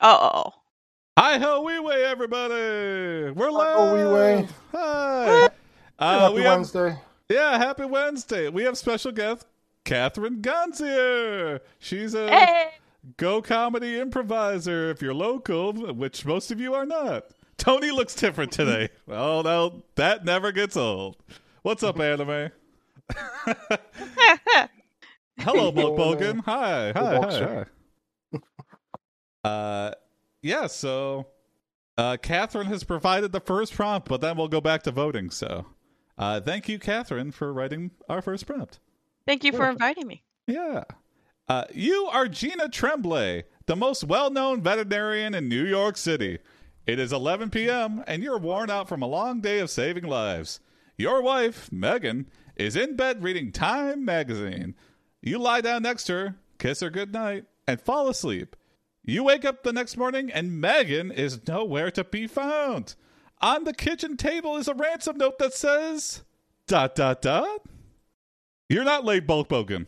Oh, Hi ho, wee way, everybody! We're live. Hi-ho, wee way. Hi. Uh, Happy we have, Wednesday. yeah, happy Wednesday. We have special guest Catherine Guns here. She's a hey! go comedy improviser. If you're local, which most of you are not, Tony looks different today. oh no, that never gets old. What's up, anime? Hello, Bulk Hello, Bogan. Hi, hi, Good walk, hi. sir. hi. uh, yeah. So, uh, Catherine has provided the first prompt, but then we'll go back to voting. So, uh, thank you, Catherine, for writing our first prompt. Thank you for inviting me. Yeah. Uh, you are Gina Tremblay, the most well known veterinarian in New York City. It is 11 p.m., and you're worn out from a long day of saving lives. Your wife, Megan, is in bed reading Time magazine. You lie down next to her, kiss her goodnight, and fall asleep. You wake up the next morning, and Megan is nowhere to be found. On the kitchen table is a ransom note that says, dot, dot, dot. You're not late, Bulk Bogan.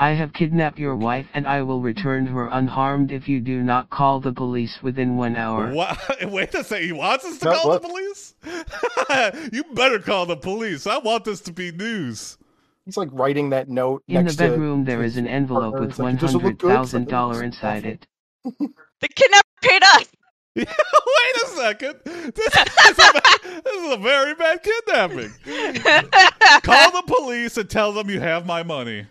I have kidnapped your wife and I will return her unharmed if you do not call the police within one hour. What? Wait a second. He wants us to No, call what? the police? you better call the police. I want this to be news. He's like writing that note In the next to- bedroom, to there is an his envelope partner. with It's like, "Does it look good?" It's like, $100,000 inside it. The kidnapper paid us. Wait a second. This is, a, this is a very bad kidnapping. Call the police and tell them you have my money.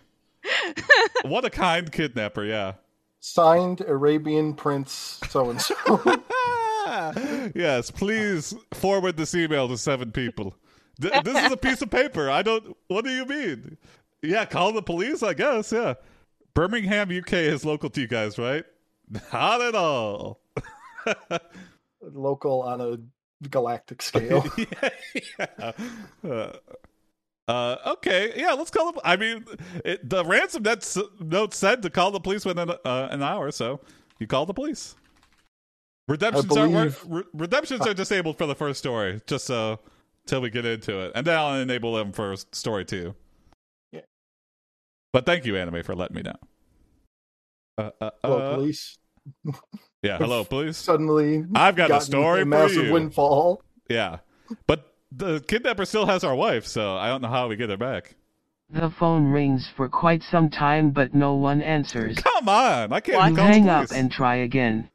What a kind kidnapper, yeah. Signed Arabian Prince so and so. yes, please forward this email to seven people. Th- this is a piece of paper. I don't. What do you mean? Yeah, call the police, I guess. Yeah. Birmingham, UK is local to you guys, right? Not at all. Local on a galactic scale. yeah. Uh, uh, okay. Yeah, let's call them. I mean, it, the ransom that's, note said to call the police within uh, an hour, so you call the police. Redemptions believe- are re- redemptions are disabled for the first story, just so till we get into it, and then I'll enable them for s- story two. Yeah. But thank you, anime, for letting me know. Uh, uh, Hello, uh, police. yeah, hello, police. Suddenly, I've got a gotten story a for massive you. windfall. Yeah, but the kidnapper still has our wife, so I don't know how we get her back. The phone rings for quite some time, but no one answers. Come on, I can't What? call You the hang up police. and try again.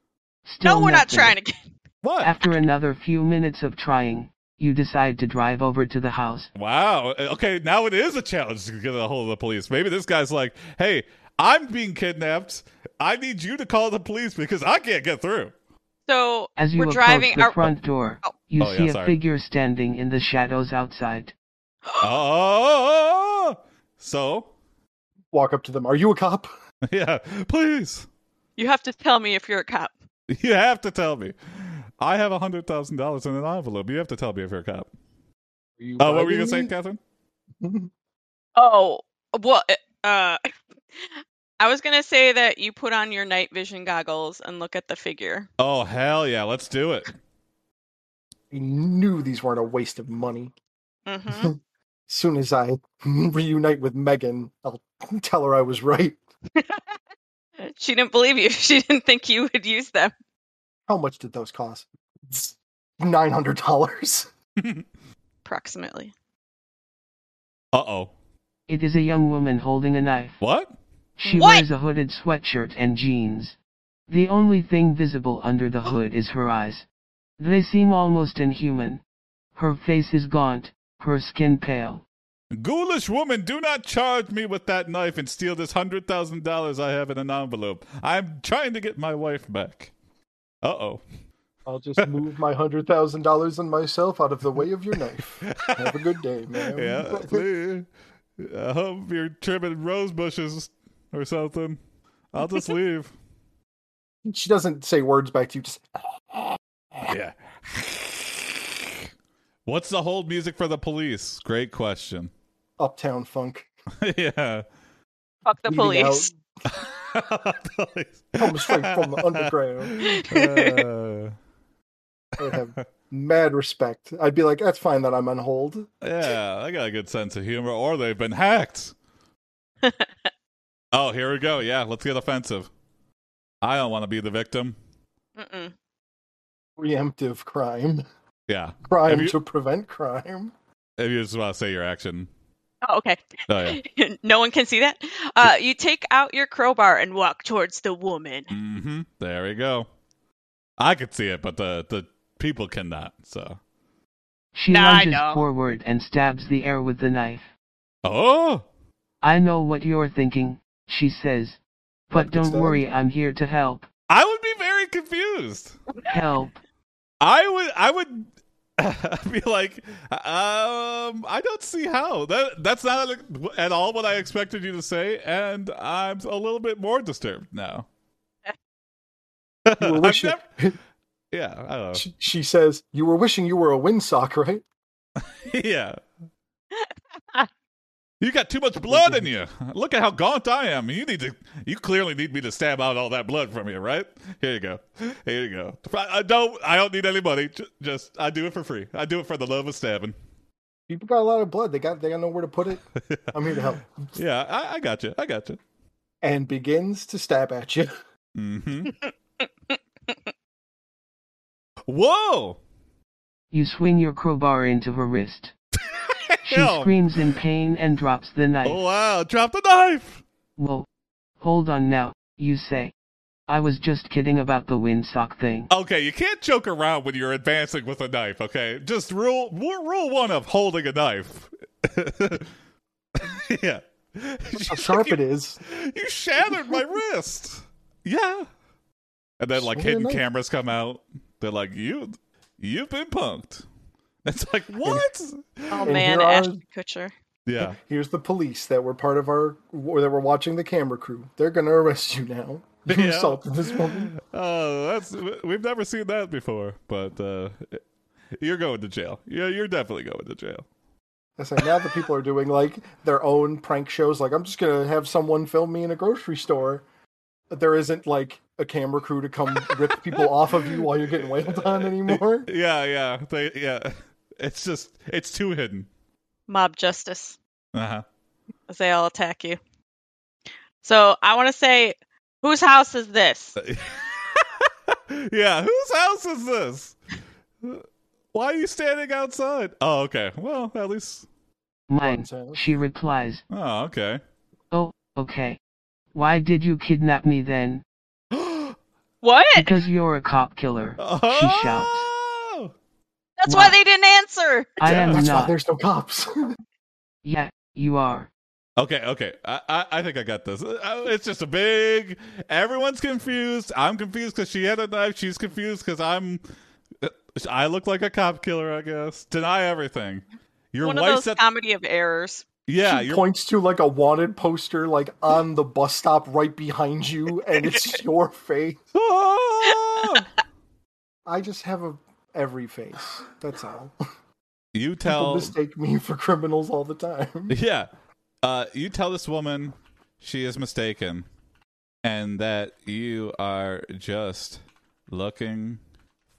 Still No, we're not nothing. trying again. what? After another few minutes of trying, you decide to drive over to the house. wow. Okay, now it is a challenge to get a hold of the police. Maybe this guy's like, "Hey, I'm being kidnapped. I need you to call the police because I can't get through." So As you we're approach driving the our. front door, Oh. you Oh, yeah, see a sorry. figure standing in the shadows outside. Oh, so Walk up to them. Are you a cop? yeah, please. you have to tell me if you're a cop. You have to tell me. I have a hundred thousand dollars in an envelope. You have to tell me if you're a cop. Are you Oh, what were you gonna say, bribing Catherine? me? Oh, well, uh, I was gonna say that you put on your night vision goggles and look at the figure. Oh hell yeah, let's do it. I knew these weren't a waste of money. Mm-hmm. Soon as I reunite with Megan, I'll tell her I was right. she didn't believe you. She didn't think you would use them. How much did those cost? Nine hundred dollars. Approximately. Uh oh. It is a young woman holding a knife. What? She What? wears a hooded sweatshirt and jeans. The only thing visible under the hood is her eyes. They seem almost inhuman. Her face is gaunt, her skin pale. Ghoulish woman, do not charge me with that knife and steal this hundred thousand dollars I have in an envelope. I'm trying to get my wife back. Uh oh. I'll just move my hundred thousand dollars and myself out of the way of your knife. Have a good day, man. Yeah, please. I hope you're trimming rose bushes or something. I'll just leave. she doesn't say words back to you. Just yeah. What's the hold music for the police? Great question. uptown funk. yeah. Fuck the bleeding out, police. Comes straight from the underground. Uh, I would have mad respect. I'd be like, that's fine that I'm on hold. Yeah, I got a good sense of humor, or they've been hacked. oh, here we go. Yeah, let's get offensive. I don't want to be the victim. Mm-mm. Preemptive crime. Yeah. Crime you- to prevent crime. If you just want to say your action. Oh, okay. Oh, yeah. no one can see that. Uh, you take out your crowbar and walk towards the woman. Mm-hmm. There we go. I could see it, but the the people cannot. So. She Nah, I lunges know. forward and stabs the air with the knife. Oh. I know what you're thinking, she says. But don't Stab. worry, I'm here to help. I would be very confused. Help. I would. I would. be like, um, I don't see how that that's not at all what I expected you to say, and I'm a little bit more disturbed now. You were I've wishing, never- Oh. yeah, I don't know. she, she says, You were wishing you were a windsock, right? yeah. You got too much blood in you. Look at how gaunt I am. You need to. You clearly need me to stab out all that blood from you, right? Here you go. Here you go. I I don't. I don't need any money. Ju- Just I do it for free. I do it for the love of stabbing. People got a lot of blood. They got they got nowhere to put it. I'm here to help. Yeah, I, I got you. I got you. And begins to stab at you. Mm-hmm. Whoa! You swing your crowbar into her wrist. She Hell. screams in pain and drops the knife. Oh, wow! Drop the knife. Whoa. Hold on now, you say. I was just kidding about the windsock thing. Okay, you can't joke around when you're advancing with a knife. Okay, just rule ru- rule one of holding a knife. yeah, How sharp it is. you shattered my wrist. Yeah, and then like Swing a hidden knife. cameras come out. They're like, you you've been punked. It's like what? Oh And man, here are- Ashton Kutcher. Yeah, Here's the police that were part of our or that were watching the camera crew. They're gonna arrest you now. You Yeah. assaulted this woman. Oh, that's we've never seen that before. But uh, you're going to jail. Yeah, you're definitely going to jail. I say now the people are doing like their own prank shows. Like I'm just gonna have someone film me in a grocery store. But there isn't like a camera crew to come rip people off of you while you're getting wailed on anymore. Yeah, yeah, they, yeah. It's just it's too hidden. Mob justice. Uh huh. As they all attack you. So I want to say, whose house is this? yeah, whose house is this? Why are you standing outside? Oh, okay. Well, at least. Mine, so- she replies. Oh, okay. Oh, okay. Why did you kidnap me then? oh! What? Because you're a cop killer, she shouts. Oh! That's why Wow. they didn't answer. I am That's why not. there's no cops. Yeah, you are. Okay, okay. I, I, I think I got this. Uh, It's just a big. Everyone's confused. I'm confused because she had a knife. She's confused because I'm. uh, I look like a cop killer, I guess. Deny everything. Your One of wife's those at. comedy of errors. yeah, she your points to like a wanted poster like on the bus stop right behind you, and it's your face. Ah! I just have a every face. That's all. you People tell mistake me for criminals all the time. yeah uh you tell this woman she is mistaken and that you are just looking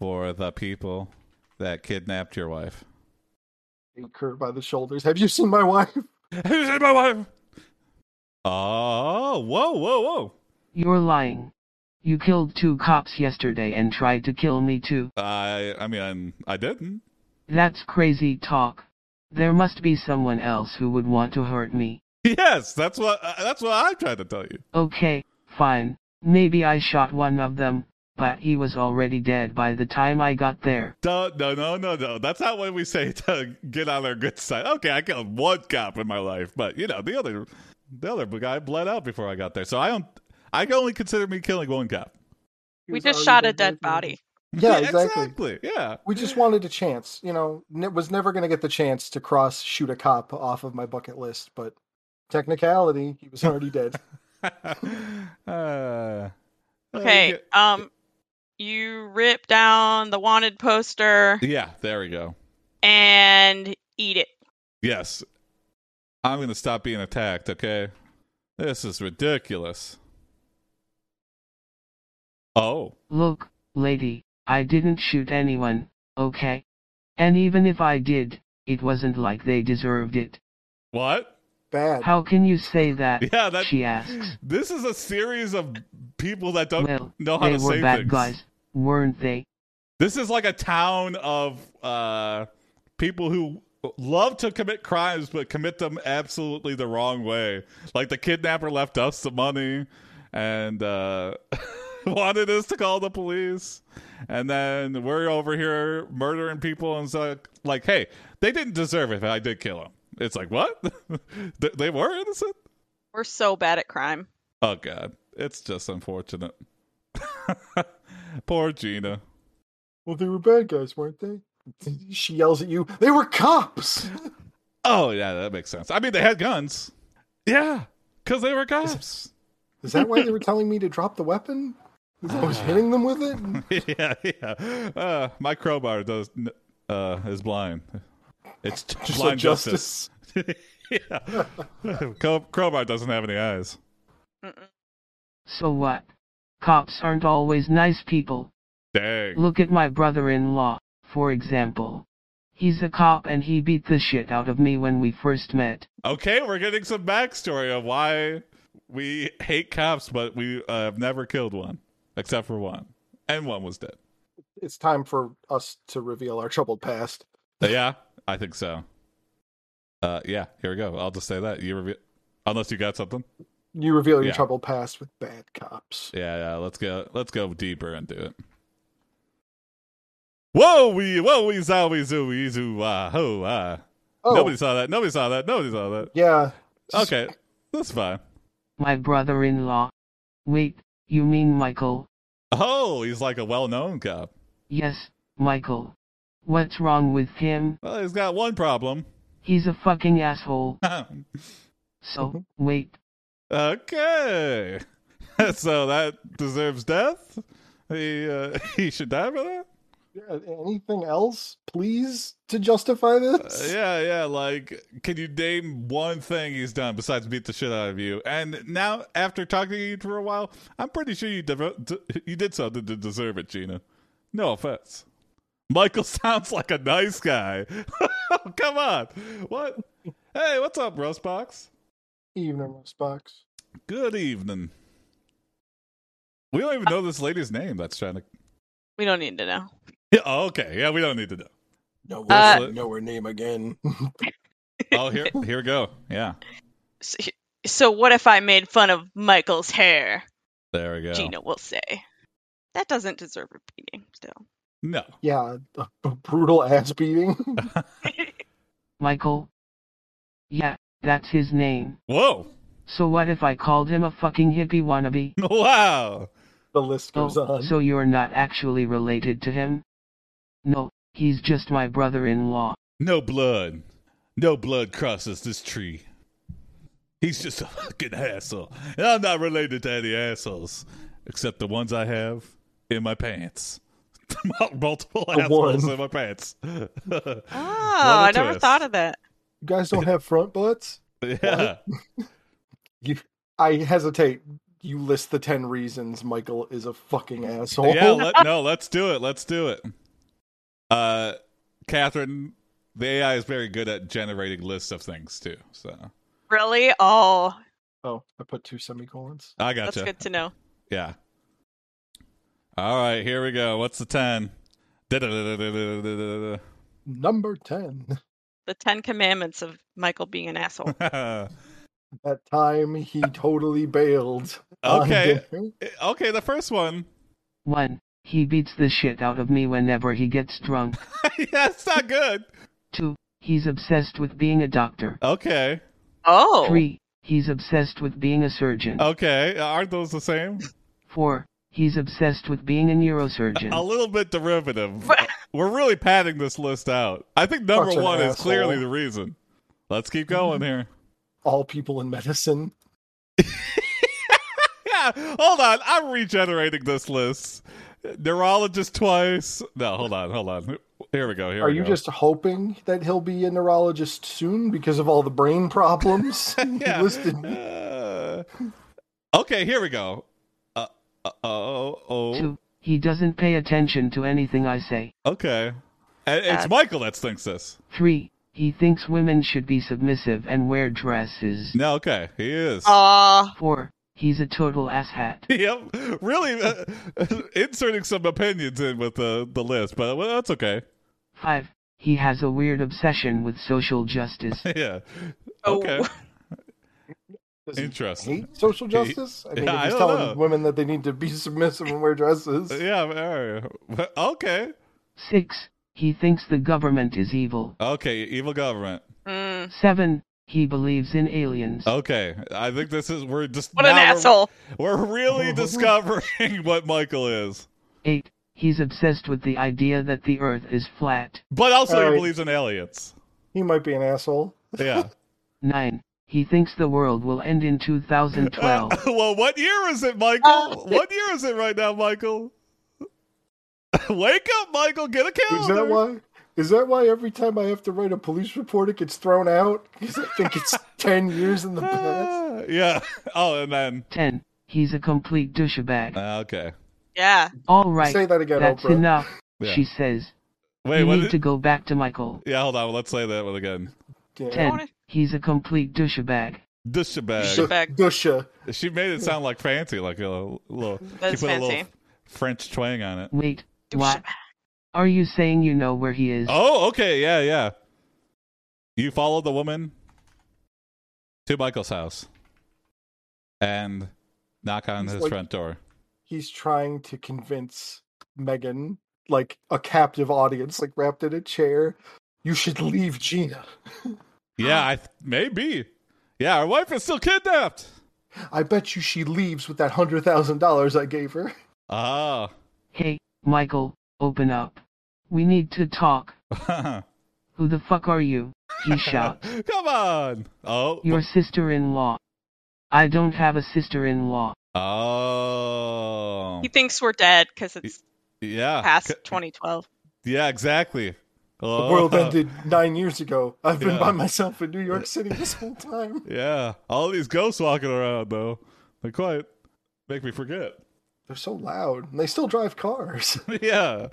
for the people that kidnapped your wife Take her by the shoulders. Have you seen my wife? who's in my wife oh whoa whoa whoa You're lying. You killed two cops yesterday and tried to kill me too. i i mean i didn't That's crazy talk. There must be someone else who would want to hurt me. yes that's what uh, that's what i'm trying to tell you Okay, fine. Maybe I shot one of them, but he was already dead by the time I got there. No, no, no, no, no. That's not what we say to get on our good side. Okay, I killed one cop in my life, but you know the other, the other guy bled out before I got there. So I don't. I can only consider me killing one cop. He We was just already shot a dead dead by the body. time. Yeah, exactly. exactly. Yeah. We just wanted a chance. You know, ne- was never going to get the chance to cross shoot a cop off of my bucket list, but technicality, he was already dead. Uh, Okay. Um, you rip down the wanted poster Yeah. There we go. and eat it. Yes. I'm gonna stop being attacked. Okay. This is ridiculous. Oh. Look, lady, I didn't shoot anyone, okay? And even if I did, it wasn't like they deserved it. What? bad. How can you say that? Yeah, that- she asks. This is a series of people that don't Well, know how they to were say bad things. guys, weren't they? This is like a town of uh, people who love to commit crimes, but commit them absolutely the wrong way. Like the kidnapper left us some money and uh, wanted us to call the police. And then we're over here murdering people and so like, hey, they didn't deserve it. if I did kill him. It's like what? they, they were innocent. We're so bad at crime. Oh god, it's just unfortunate. Poor Gina. Well, they were bad guys, weren't they? She yells at you. They were cops. Oh yeah, that makes sense. I mean, they had guns. Yeah, because they were cops. Is that why they were telling me to drop the weapon? 'Cause I was hitting them with it. yeah, yeah. Uh, my crowbar does n- uh, is blind. It's t- Just like blind justice. justice. yeah. Crow- crowbar doesn't have any eyes. Mm-mm. So what? Cops aren't always nice people. Dang. Look at my brother in law, for example. He's a cop and he beat the shit out of me when we first met. Okay, we're getting some backstory of why we hate cops, but we uh, have never killed one except for one, and one was dead. It's time for us to reveal our troubled past. Uh, yeah, I think so. Uh, yeah, here we go. I'll just say that you review, unless you got something. You reveal your Yeah. troubled past with bad cops. Yeah, yeah. Let's go. Let's go deeper into it. Whoa, we, whoa, we, zow, we, zoo, we, zoo, ah, ho, ah. Oh, Nobody saw that. Nobody saw that. Nobody saw that. yeah. Okay, that's fine. My brother in law. Wait, you mean Michael? Oh, he's like a well-known cop. Yes, Michael. What's wrong with him? Well, he's got one problem. He's a fucking asshole. So, Mhm. wait. okay, so that deserves death. He uh, he should die for that. Yeah, Anything else, please, to justify Uh, this? yeah, yeah. Like, can you name one thing he's done besides beat the shit out of you? And now, after talking to you for a while, I'm pretty sure you devo- d- you did something to deserve it, Gina. No offense. Michael sounds like a nice guy. Come on. What? Hey, what's up, Rustbox? Evening, Rustbox. Good evening. We don't even know this lady's name that's trying to. We don't need to know. Yeah, oh, okay. Yeah, we don't need to know. No, Uh, we'll know her name again. Oh, here, here we go. Yeah. So, so what if I made fun of Michael's hair? There we go. Gina will say. That doesn't deserve a beating, still. No. yeah, a b- brutal ass beating. Michael? Yeah, that's his name. Whoa. So what if I called him a fucking hippie wannabe? Wow. the list goes Oh, on. so you're not actually related to him? No, he's just my brother in law. No blood. No blood crosses this tree. He's just a fucking asshole. And I'm not related to any assholes. Except the ones I have in my pants. Mul- Multiple The assholes one. in my pants. oh, Oh, I never thought of that. you guys don't have front butts? Yeah. You, I hesitate. You list the 10 reasons Michael is a fucking asshole. yeah, let, no, let's do it. Let's do it. Uh Catherine, the AI is very good at generating lists of things too. So Really? Oh, oh, I put two semicolons. I that's gotcha. good to know. Yeah. All right, here we go. What's the 10? Da-da-da-da-da-da-da-da. Number 10. The Ten Commandments of Michael being an asshole. That time he totally bailed. on okay. dinner. Okay, the first one. 1. He beats the shit out of me whenever he gets drunk. yeah, it's not good. 2. He's obsessed with being a doctor. Okay. Oh, 3. He's obsessed with being a surgeon. Oh. Okay. Aren't those the same? 4. He's obsessed with being a neurosurgeon. A little bit derivative. We're really padding this list out. I think number Such an one is asshole. Mm-hmm. clearly the reason. Let's keep going here. All people in medicine. Yeah, hold on. I'm regenerating this list. Neurologist twice. No, hold on, hold on. Here we go. Here Are we you go. just hoping that he'll be a neurologist soon because of all the brain problems you yeah. listed? Uh, okay, here we go. Uh, uh, oh, oh, 2. He doesn't pay attention to anything I say. okay. And it's Uh, Michael that thinks this. 3. He thinks women should be submissive and wear dresses. No, okay, he is. Aw. 4. He's a total asshat. yep, really uh, inserting some opinions in with the the list, but well, that's okay. 5. He has a weird obsession with social justice. yeah, Oh. okay, Does he interesting. hate social justice? I mean, Yeah, if I he's don't telling know. women that they need to be submissive and wear dresses. Uh, Yeah, all right. okay, 6. He thinks the government is evil. okay. Evil government. Mm. 7. He believes in aliens. Okay, I think this is we're just What an now we're- asshole. We're really discovering what Michael is, 8. He's obsessed with the idea that the earth is flat. but also he Alright. believes in aliens. He might be an asshole. Yeah. 9. He thinks the world will end in 2012. well, what year is it, Michael? what year is it right now, Michael? Wake up, Michael! Get a Is calendar. that why? Is that why every time I have to write a police report, it gets thrown out? Because I think it's ten years in the past. Ah, yeah. Oh, and then 10. He's a complete douchebag. ah, okay. Yeah. All right. Say that again, That's Oprah. enough, Yeah. she says. Wait, you what? need Did... to go back to Michael. Yeah, hold on. Let's say that one again. Yeah. 10. He's a complete douchebag. Douchebag. Douche- Douchebag. Dusha. She made it sound like fancy, like a little. That's she put a fancy. little French twang on it. Wait, what? Douchebag. Are you saying you know where he is? Oh, okay. Yeah, yeah. You follow the woman to Michael's house and knock on He's his like- front door. He's trying to convince Megan, like a captive audience, like wrapped in a chair, you should leave Gina. Yeah, I th- maybe. Yeah, our wife is still kidnapped. I bet you she leaves with that hundred thousand dollars I gave her. Ah. Hey, Michael, open up. We need to talk. Who the fuck are you? He shouts. Come on. Oh. Your sister in law. I don't have a sister in law. Oh. He thinks we're dead because it's Yeah. past C- 2012. Yeah, exactly. The Oh. world ended nine years ago. I've been Yeah. by myself in New York City this whole time. Yeah. All these ghosts walking around though. They quite make me forget. They're so loud, and they still drive cars. yeah.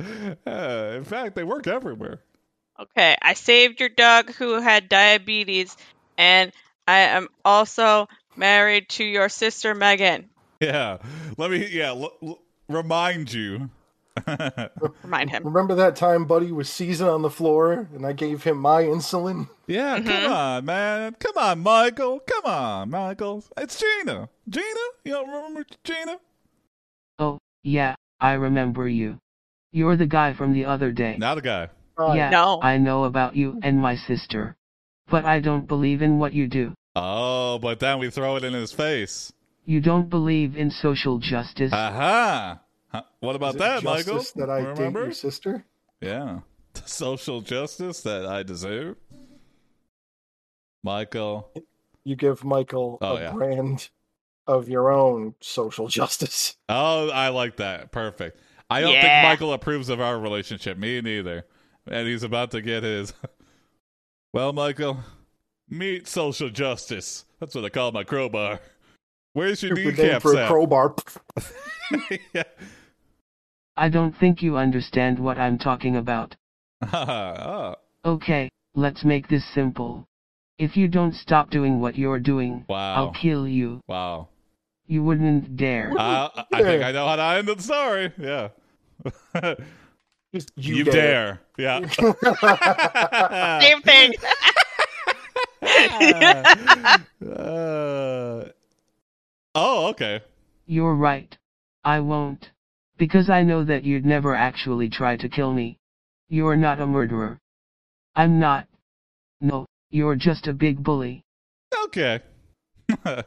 Uh, in fact, they work everywhere. Okay. I saved your dog who had diabetes, and I am also married to your sister, Megan. Yeah. Let me, yeah, l- l- remind you. Remind him. Remember that time Buddy was seizing on the floor, and I gave him my insulin? Yeah, come on, man. Come on, Michael. Come on, Michael. It's Gina. Gina? You don't remember Gina? Oh, yeah, I remember you. You're the guy from the other day. Not a guy. Right. Yeah, No. I know about you and my sister. But I don't believe in what you do. Oh, but then we throw it in his face. You don't believe in social justice. Uh. Aha. Uh-huh. Huh, What Is about it that, Michael? justice That I date remember? your sister. Yeah. Social justice that I deserve. Michael. You give Michael Oh, a yeah. brand of your own social justice. Oh, I like that. Perfect. I don't Yeah. think Michael approves of our relationship. Me neither. And he's about to get his. Well, Michael, meet social justice. That's what I call my crowbar. Where's your Stupid name for kneecaps a at? crowbar. yeah. I don't think you understand what I'm talking about. oh, Okay, let's make this simple. If you don't stop doing what you're doing, Wow. I'll kill you. wow. You wouldn't dare. Uh, I I think I know how to end the story. Yeah. Just you, dare. Yeah. Same thing. Uh, oh, okay. You're right. I won't. Because I know that you'd never actually try to kill me. You're not a murderer. I'm not. No, you're just a big bully. Okay.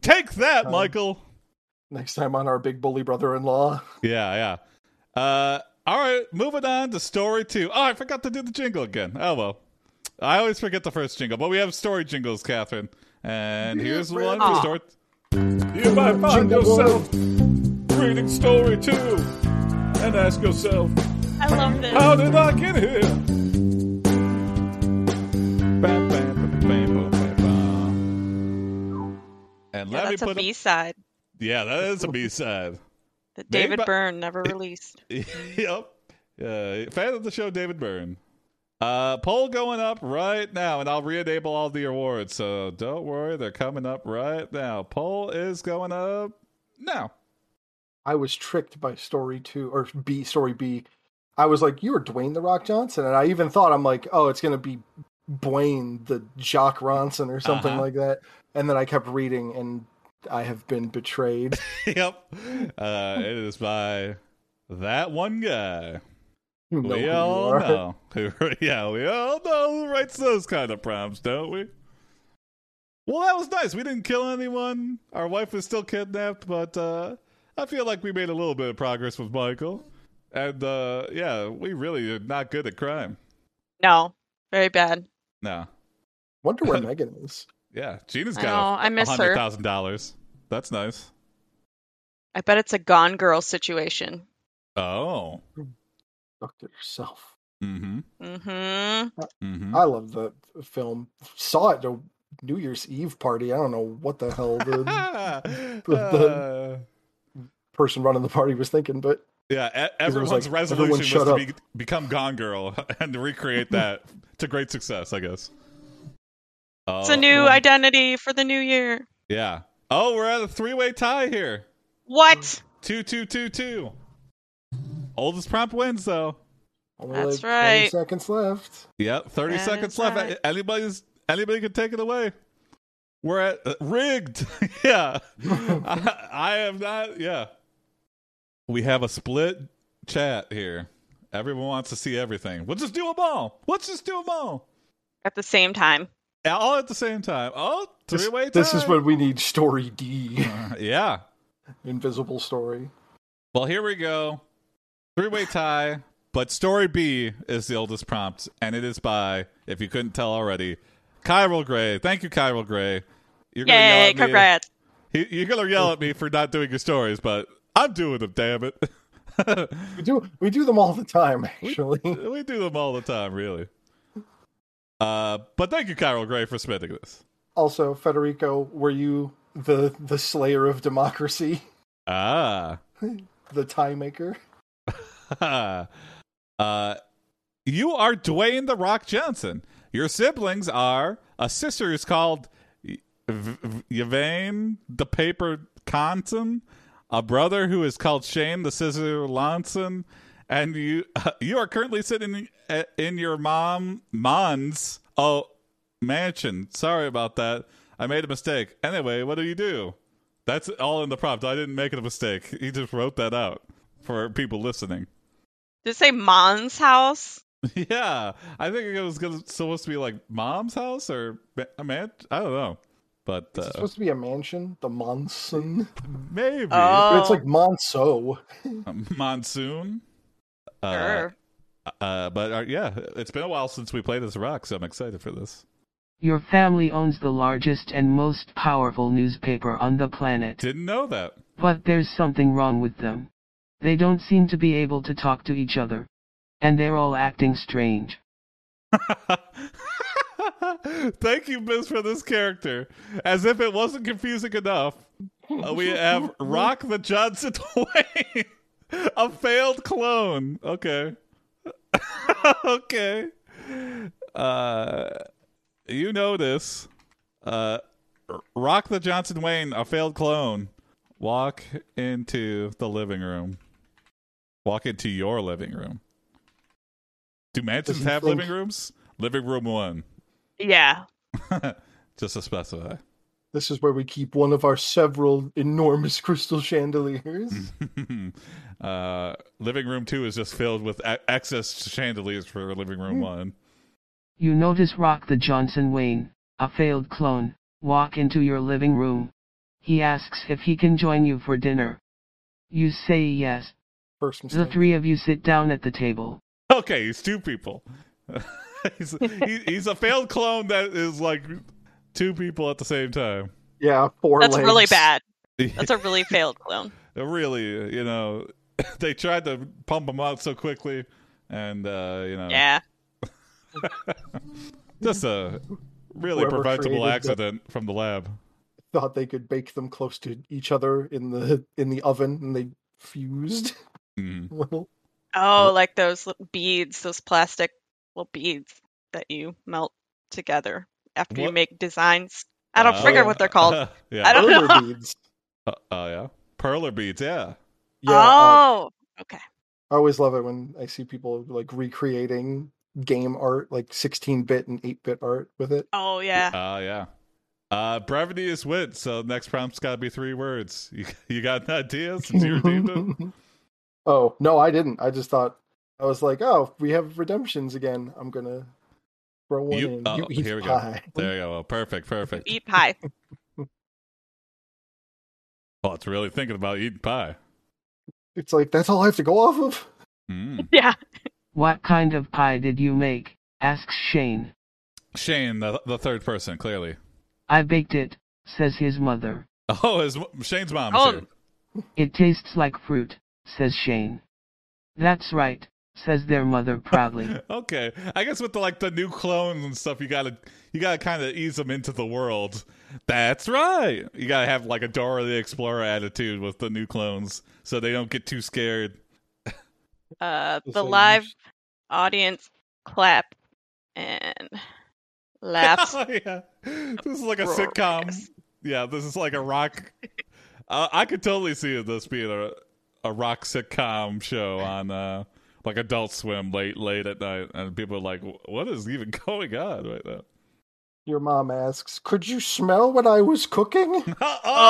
Take that, Um, Michael. Next time on our big bully brother-in-law. Yeah, yeah. Uh, all right, moving on to story two. Oh, I forgot to do the jingle again. Oh well, I always forget the first jingle, but we have story jingles, Catherine. And here's the one for Aw. story. You might find yourself reading story two, and ask yourself, I love this. How did I get here? Bam, bam, bam, bam, bam, bam, bam. And Yeah, let me that's a put up- B side Yeah, that is a B side. that Maybe David by- Byrne never released. yep. Uh, fan of the show, David Byrne. Uh, poll going up right now, and I'll re-enable all the awards. So don't worry, they're coming up right now. Poll is going up now. I was tricked by story two or B story B. I was like, you were Dwayne the Rock Johnson, and I even thought I'm like, oh, it's gonna be Dwayne the Jock Ronson or something Uh-huh. like that. And then I kept reading, and I have been betrayed. yep. Uh, it is by that one guy. You know who we you all are. know. Who, yeah, we all know who writes those kind of prompts, don't we? Well, that was nice. We didn't kill anyone. Our wife was still kidnapped, but uh, I feel like we made a little bit of progress with Michael. And uh, yeah, we really are not good at crime. No, very bad. No. Wonder where Megan is. Yeah, Gina's I got know, Oh, I a miss her. $100,000. That's nice. I bet it's a Gone Girl situation. Oh. Doctor yourself. Mm-hmm. Mm-hmm. Mm-hmm. I love the film. Saw it at a New Year's Eve party. I don't know what the hell the Ah. Uh, person running the party was thinking, but Yeah, e- 'Cause it was everyone's like, resolution everyone was shut to up. be, become Gone Girl and to recreate that to great success, I guess. Oh, It's a new yeah. identity for the new year. yeah. Oh, we're at a three-way tie here. What? Two, two, two, two. Oldest prompt wins, though. only That's like 20 right. seconds left. Yep, thirty That seconds is left. right. Anybody's anybody can take it away. We're at uh, rigged. yeah, I, I have not. Yeah, we have a split chat here. Everyone wants to see everything. We'll just do them all. Let's just do them all. At the same time. Yeah, all at the same time. Oh, This, three-way this is tie. when we need story D, yeah. invisible story. Well, here we go. Three-way tie, but story B is the oldest prompt, and it is by, if you couldn't tell already, Chiral Gray. Thank you, Chiral Gray. You're gonna yell Yay, at me- congrats. he- you're gonna yell at me for not doing your stories, but I'm doing them. Damn it. We do we do them all the time, actually. we do them all the time, really. Uh, but thank you, Chiral Gray, for spending this. also, Federico, were you the the slayer of democracy, Ah. the tie maker? uh, you are Dwayne the Rock Johnson. Your siblings are a sister who's called Y- V- Yvain the Paper Conson, a brother who is called Shane the Scissor Lonson, and you you are currently sitting in, in your mom mom's oh mansion. Sorry about that. I made a mistake. Anyway, what do you do? That's all in the prompt. I didn't make it a mistake. He just wrote that out for people listening. Did it say Mon's house? Yeah, I think it was gonna, supposed to be like mom's house or ma- a man. I don't know, but Is it uh, supposed to be a mansion? The Monson? maybe Oh, But it's like Monso. monsoon. Uh, sure. uh, but uh, yeah, it's been a while since we played as a rock, so I'm excited for this. Your family owns the largest and most powerful newspaper on the planet. Didn't know that. But there's something wrong with them. They don't seem to be able to talk to each other. And they're all acting strange. Thank you, Miss, for this character. As if it wasn't confusing enough, uh, we have Rock the Johnson Dwayne, a failed clone. Okay. okay. Uh, you know this. Uh, R- Rock the Johnson Wayne, a failed clone. Walk into the living room. Walk into your living room. Do mansions Doesn't have think- living rooms? Living room one. Yeah. Just to specify. This is where we keep one of our several enormous crystal chandeliers. Mm. uh, living room two is just filled with a- excess chandeliers for living Hmm. room one. You notice Rock the Johnson Wayne, a failed clone, walk into your living room. He asks if he can join you for dinner. You say yes. First The mistake. three of you sit down at the table. Okay, he's two people. he's, he, he's a failed clone that is like two people at the same time. yeah, four That's legs. really bad. That's a really failed clone. really, you know, they tried to pump him out so quickly, and uh, you know, Yeah. just a really Whoever preventable created the- accident from the lab. Thought they could bake them close to each other in the in the oven and they fused Mhm. a little. Oh, like those li- beads, those plastic little beads that you melt together after you What? make designs. I don't Uh, figure what they're called. yeah. I don't know. Perler beads. Uh, oh yeah. Perler beads. Yeah. Yeah, uh, oh, okay. I always love it when I see people like recreating game art, like 16-bit and 8-bit art with it. Oh yeah. Oh yeah. Uh, brevity is wit. So next prompt's got to be three words. You you got an idea since you redeemed it? oh no, I didn't. I just thought I was like, oh, we have redemptions again. I'm gonna throw one You- in. oh, you eat here we go. pie. There you go. Perfect. Perfect. Eat pie. Well, Oh, it's really thinking about eating pie. It's like that's all I have to go off of. Mm. Yeah. What kind of pie did you make? asks Shane. Shane, the the third person, clearly. I baked it, says his mother. Oh, his Shane's mom. Oh. here. It tastes like fruit, says Shane. That's right, says their mother proudly. okay i guess with the like the new clones and stuff you gotta you gotta kind of ease them into the world that's right you gotta have like a dora the explorer attitude with the new clones so they don't get too scared Uh, Just the like, live audience clap and laughs. oh, yeah this is like a Yes. sitcom yeah this is like a rock uh, i could totally see this being a, a rock sitcom show on uh like adult swim late late at night and people are like what is even going on right now Your mom asks, "Could you smell what I was cooking?"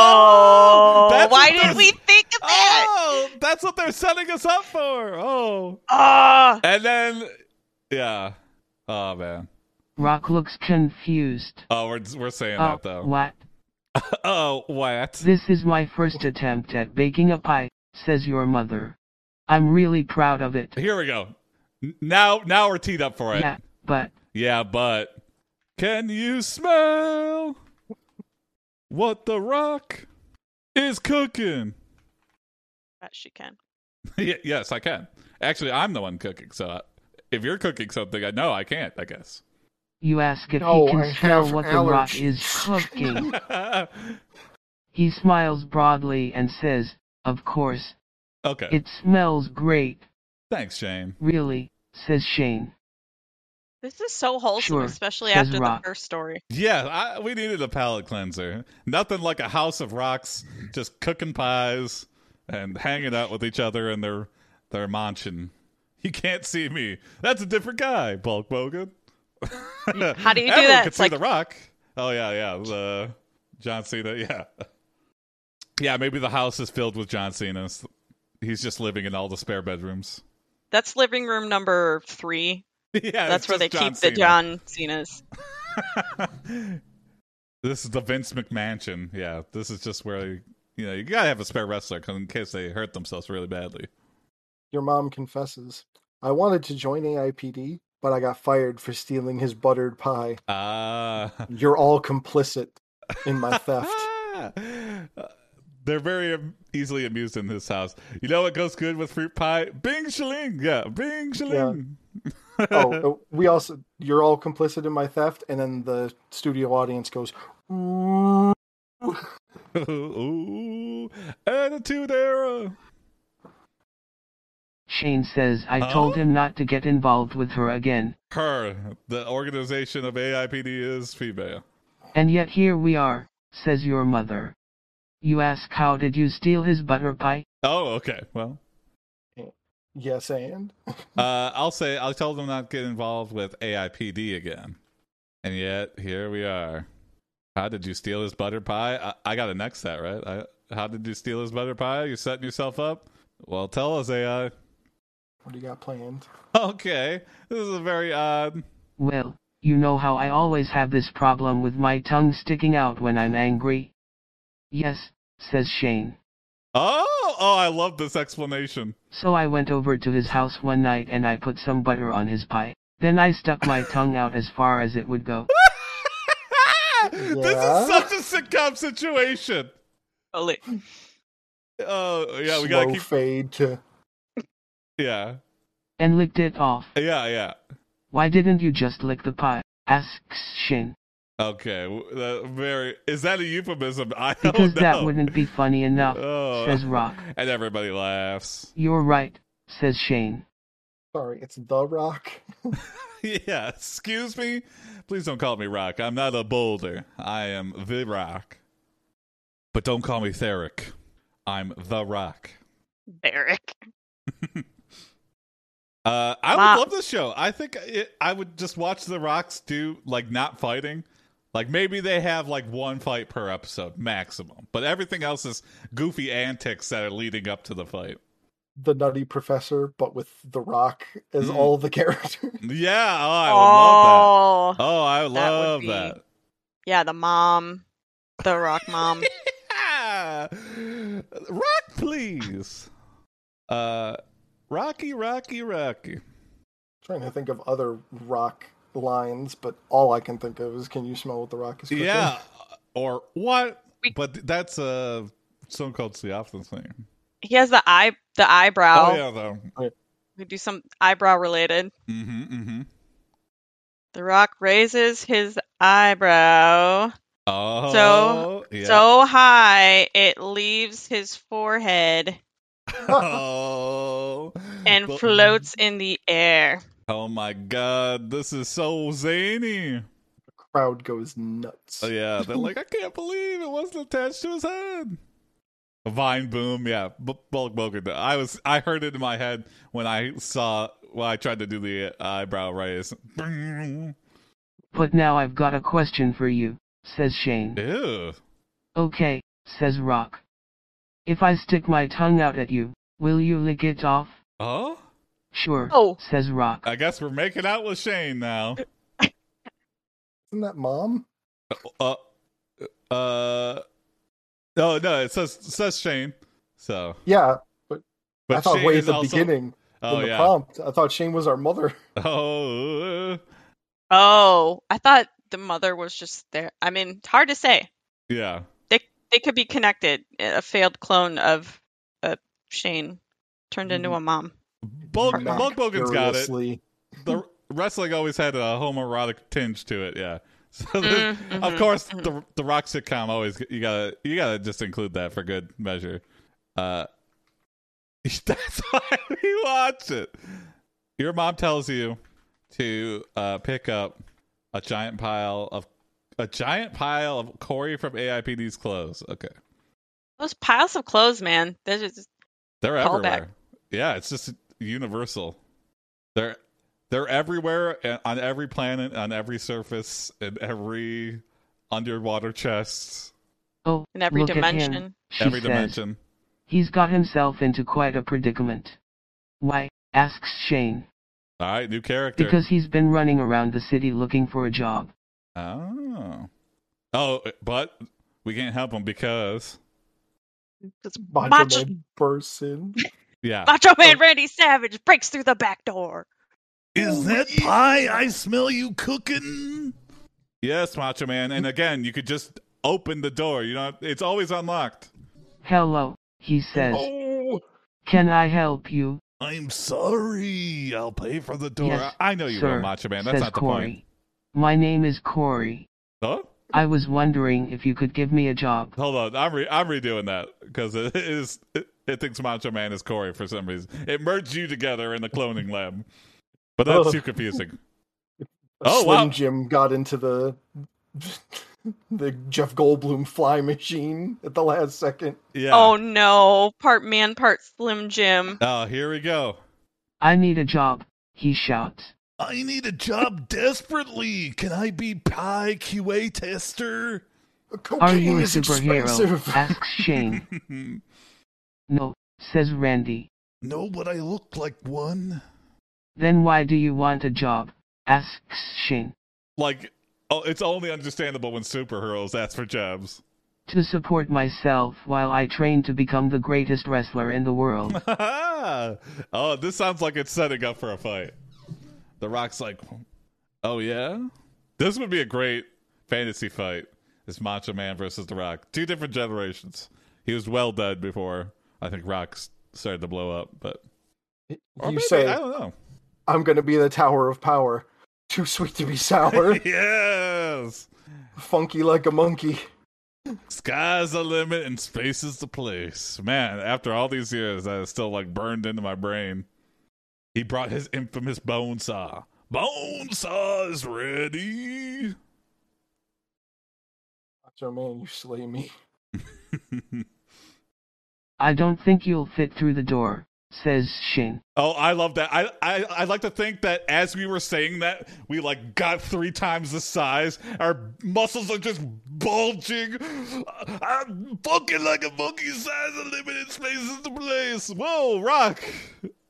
Oh, that's why what didn't this- we think of that? Oh, that's what they're setting us up for. Oh, Oh, and then yeah. Oh man. Rock looks confused. Oh, we're we're saying Oh, that though. what? Oh, what? This is my first attempt at baking a pie, says your mother. I'm really proud of it. Here we go. N- Now, now we're teed up for it. Yeah, but Yeah, but can you smell what the rock is cooking? that she can. Y- yes, I can. Actually, I'm the one cooking. So I- if you're cooking something, I no, I can't. I guess. you ask if No, he I can smell have what the rock is allergies. cooking. he smiles broadly and says, Of course, okay. it smells great, Thanks, Shane. really, says Shane. This is so wholesome, Sure, especially says after Rock. the first story. Yeah, I, we needed a palate cleanser. Nothing like a house of rocks, just cooking pies and hanging out with each other and their their mansion. You can't see me. That's a different guy, Bulk Bogan. How do you do Everyone that? Could It's see like- the Rock. Oh yeah, yeah. The John Cena. Yeah, yeah. Maybe the house is filled with John Cena's. He's just living in all the spare bedrooms. That's living room number three. Yeah, That's it's where they just John keep Cena. the John Cena's. this is the Vince McMansion. Yeah, this is just where you know you gotta have a spare wrestler 'cause in case they hurt themselves really badly. Your mom confesses, "I wanted to join AIPD, but I got fired for stealing his buttered pie. Ah, You're all complicit in my theft." Ah. they're very am- easily amused in this house. You know what goes good with fruit pie? Bing shaling. Yeah, Bing shaling. oh, uh, we also you're all complicit in my theft, and then the studio audience goes, "Ooh." Ooh, attitude era. Shane says, I told Huh? him not to get involved with her again, Her, the organization of AIPD is female. and yet here we are, says your mother. You ask, How did you steal his butter pie? Oh, okay. Well, yes, and Uh, I'll say I told them not to get involved with AIPD again, and yet here we are. How did you steal his butter pie? I, I got to next that right. I, how did you steal his butter pie? You're setting yourself up. Well, tell us, AI. what do you got planned? Okay, this is a very odd. Well, you know how I always have this problem with my tongue sticking out when I'm angry? Yes, says Shane. Oh, oh, I love this explanation. So I went over to his house one night and I put some butter on his pie. Then I stuck my tongue out as far as it would go. This Yeah. is such a sitcom situation. Holy. Oh, yeah, we Slow gotta keep. fade to Yeah, And licked it off. yeah, yeah. Why didn't you just lick the pie? asks Shane. Okay, w- that very. Is that a euphemism? I don't Because that know. wouldn't be funny enough, Oh. says Rock. And everybody laughs. You're right, says Shane. Sorry, it's The Rock. yeah, excuse me. Please don't call me Rock. I'm not a boulder. I am the Rock. But don't call me Theric. I'm the Rock. Barrick. Uh, I Wow. would love this show. I think it, I would just watch the Rocks do like not fighting. Like maybe they have like one fight per episode maximum, but everything else is goofy antics that are leading up to the fight. the Nutty Professor, but with The Rock as Mm. all the characters. Yeah, oh, I would love oh, that. Oh, I would that would love be- that. yeah, the mom, the rock mom. Yeah! Rock, please. Uh, Rocky, Rocky, Rocky. trying to think of other Rock lines, but all I can think of is "Can you smell what The Rock is cooking?" Yeah, or what? We- But that's a song called Siafton thing. He has the eye, the eyebrow. Oh yeah, though. We do some eyebrow related. Mm-hmm. Mm-hmm. The rock raises his eyebrow Oh, yeah. so high it leaves his forehead oh, and Well- floats in the air. Oh my God, this is so zany. The crowd goes nuts. Oh, yeah, they're like, I can't believe it wasn't attached to his head. Vine boom, yeah, B- bulk bogan. I was, I heard it in my head when I saw when I tried to do the eyebrow raise. Brrrr. But now I've got a question for you, says Shane. Ew. Okay, says Rock. If I stick my tongue out at you, will you lick it off? Oh, Sure, Oh. says Rock. I guess we're making out with Shane now. Isn't that mom? Uh, uh, no, no, it says says Shane. So, Yeah, but I thought Shane way at is the also- beginning Oh in the yeah. prompt, I thought Shane was our mother. Oh. uh, Oh, I thought the mother was just there. I mean, it's hard to say. Yeah. They could be connected. A failed clone of uh, Shane turned into Mm-hmm. Mhm. a mom. Bulk, Knock Bulk Bogan's got it. Furiously. The wrestling always had a homoerotic tinge to it, yeah. So there's- Mm, of mhm. course the the rock sitcom always you gotta you gotta just include that for good measure. Uh that's why we watch it. Your mom tells you to uh pick up a giant pile of a giant pile of Corey from AIPD's clothes. Okay. Those piles of clothes, man. They're just They're Callback. everywhere. Yeah, it's just universal. They're they're everywhere and on every planet, on every surface, in every underwater chest, Oh, in every look at him, dimension. she every says. dimension. He's got himself into quite a predicament. Why? asks Shane. All right, new character. Because he's been running around the city looking for a job. oh, oh, but we can't help him because Just Macho Macho, Man bursts in. yeah. Macho Man Randy Savage breaks through the back door. Is that pie? I smell you cooking. Yes, Macho Man, and again, you could just open the door. You know, it's always unlocked. Hello, he says. Oh, Can I help you? I'm sorry. I'll pay for the door. Yes, I I know you sir, will, Macho Man. That's says not the Corey. point. My name is Corey. Huh? I was wondering if you could give me a job. Hold on. I'm re- I'm redoing that because it is it, it thinks Macho Man is Corey for some reason. It merged you together in the cloning lab, but that's Ugh. too confusing. Oh, oh wow. Slim Jim got into the the Jeff Goldblum fly machine at the last second. Yeah. Oh no, part man, part Slim Jim. Oh, here we go. I need a job, he shouts. I need a job desperately. Can I be Pi QA tester? Are Cocaine you a is superhero? expensive. asks Shane. No, says Randy. no, but I look like one. Then why do you want a job? asks Shane. Like, oh, it's only understandable when superheroes ask for jobs. To support myself while I train to become the greatest wrestler in the world. oh, this sounds like it's setting up for a fight. The Rock's like, oh yeah, this would be a great fantasy fight. This Macho Man versus The Rock, two different generations. He was well dead before I think Rock s- started to blow up, but or you maybe, say I don't know. I'm going to be the Tower of Power. Too sweet to be sour. yes, Funky like a monkey. sky's the limit and space is the place. Man, after all these years, that is still like burned into my brain. He brought his infamous bone saw. Bone saw is ready. Macho Man, you slay me. I don't think you'll fit through the door, says Shin. Oh, I love that. I, I I like to think that as we were saying that, we like got three times the size. Our muscles are just bulging. Uh, I'm fucking like a monkey size of limited spaces to place. Whoa, rock.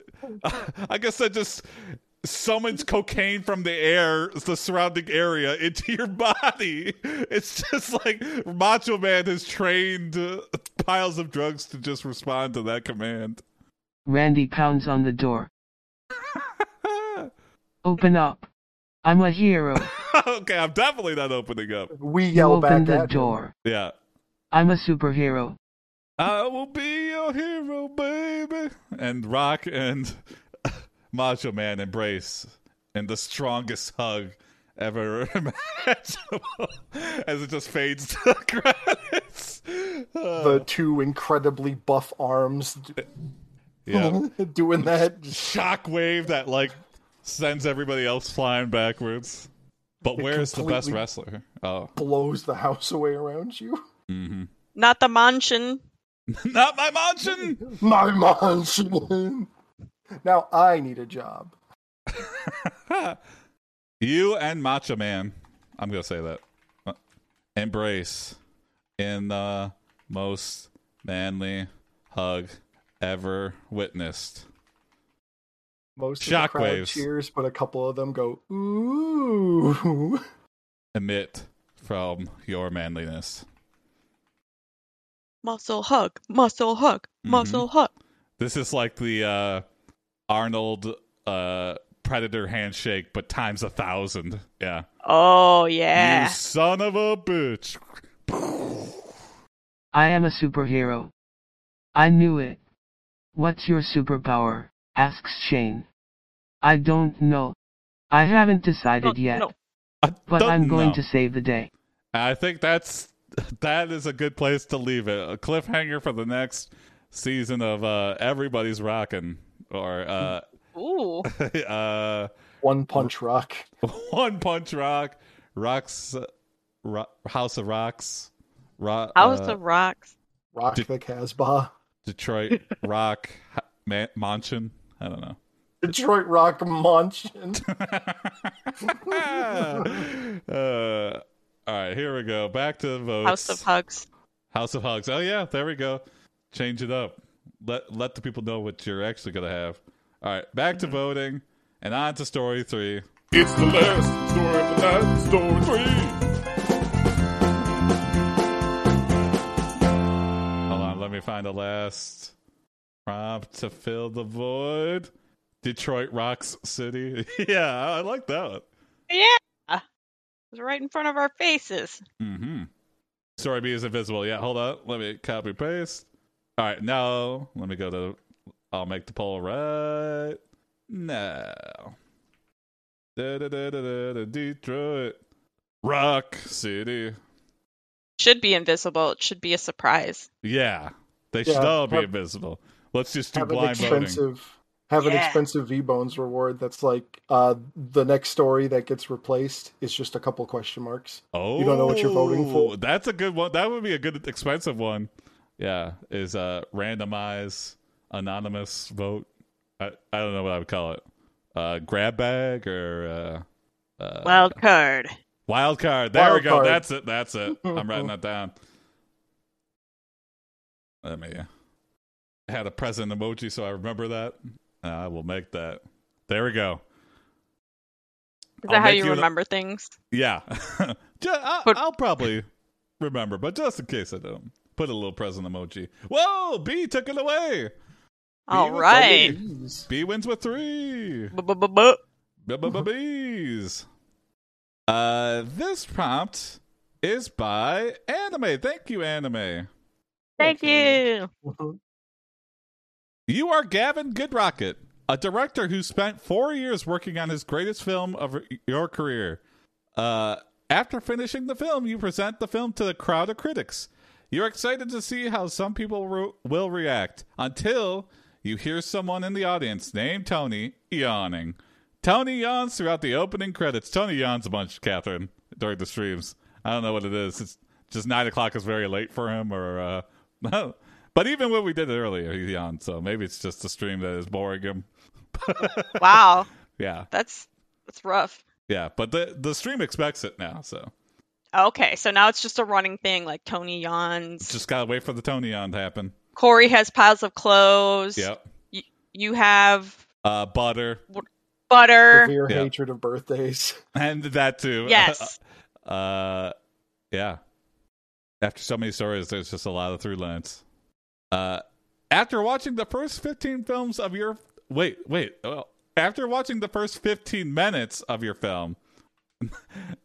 I guess that just summons cocaine from the air, the surrounding area, into your body. It's just like Macho Man has trained uh, piles of drugs to just respond to that command. Randy pounds on the door. Open up. I'm a hero. okay, I'm definitely not opening up. We You yell back open the at him. door. Yeah. I'm a superhero. I will be your hero, baby. And Rock and Macho Man embrace in the strongest hug ever imaginable as it just fades to credits. The Uh, two incredibly buff arms d- yeah. uh-huh. doing that. Shockwave that like sends everybody else flying backwards. But It where's the best completely- wrestler? Oh. blows the house away around you. hmm Not the mansion. Not my mansion! My mansion. Now I need a job. you and Macho Man, I'm gonna say that. Uh, Embrace in the most manly hug ever witnessed. Most of the crowd Shockwaves. cheers, but a couple of them go ooh. Emit from your manliness. Muscle hug. Muscle hug. Mm-hmm. Muscle hug. This is like the uh, Arnold uh, Predator handshake, but times a thousand. Yeah. Oh You Eh. yeah. son of a bitch. I am a superhero. I knew it. What's your superpower? asks Shane. I don't know. I haven't Oh, No, decided yet, no. I but don't I'm going know. to save the day. I think that's that is a good place to leave it. A cliffhanger for the next season of uh Everybody's Rockin' or uh Ooh. uh One punch rock. One Punch Rock, Rocks Ro- House of Rocks, Ro- House uh, of Rocks. Rock Did- the Casbah. Detroit Rock Ha- Man- Mansion. I don't know. Detroit Rock Mansion. uh, all right, here we go. Back to votes. House of Hugs. House of Hugs. Oh yeah, there we go. Change it up. Let let the people know what you're actually gonna have. All right, back to voting and on to story three. Mm-hmm. It's the last story of the night, story three. Hold on, let me find the last prompt to fill the void. Detroit rocks city. yeah, I I like that one. Yeah. It was right in front of our faces. Mm-hmm. Story B is invisible. Yeah, hold up. Let me copy paste. All right, now let me go to. I'll make the poll right now. Da-da-da-da-da-da, Detroit, Rock City. Should be invisible. It should be a surprise. Yeah, they should Yeah, all be have- invisible. Let's just do have an blind voting. expensive have an Yeah. expensive V Bones reward that's like uh the next story that gets replaced is just a couple question marks. Oh, don't know what you're voting for? That's a good one. That would be a good expensive one. Yeah, is uh randomize anonymous vote. I I don't know what I would call it. Uh, grab bag or uh, uh Wild card. wild card. There Wild we go. card. That's it. That's it. I'm writing that down. Let me. I had a present emoji, so I remember that. I will make that. There we go. Is I'll that how make you you an- remember things? Yeah. Ju- I, But- I'll probably remember, but just in case I don't, put a little present emoji. Whoa, B took it away. All were Oh, right. Jeez. B wins with three. Bu-bu-bu-bu. Bees. Uh, this prompt is by Anime. Thank you, Anime. Thank you. Uh-huh. You are Gavin Goodrocket, a director who spent four years working on his greatest film of your career. Uh, after finishing the film, you present the film to the crowd of critics. You're excited to see how some people re- will react until you hear someone in the audience named Tony yawning. Tony yawns throughout the opening credits. Tony yawns a bunch, Catherine, during the streams. I don't know what it is. It's just nine o'clock is very late for him, or uh, but even when we did it earlier, he yawned. So maybe it's just the stream that is boring him. Wow, Yeah, that's that's rough. yeah. But the the stream expects it now, so Okay, so now it's just a running thing. Like Tony yawns. just gotta wait for the Tony yawn to happen. Corey has piles of clothes. Yep. You have Uh, butter butter. Severe Yeah. hatred of birthdays. and that too. Yes. Uh, yeah. After so many stories, there's just a lot of through lines. Uh, after watching the first 15 films of your wait, wait, well, after watching the first 15 minutes of your film,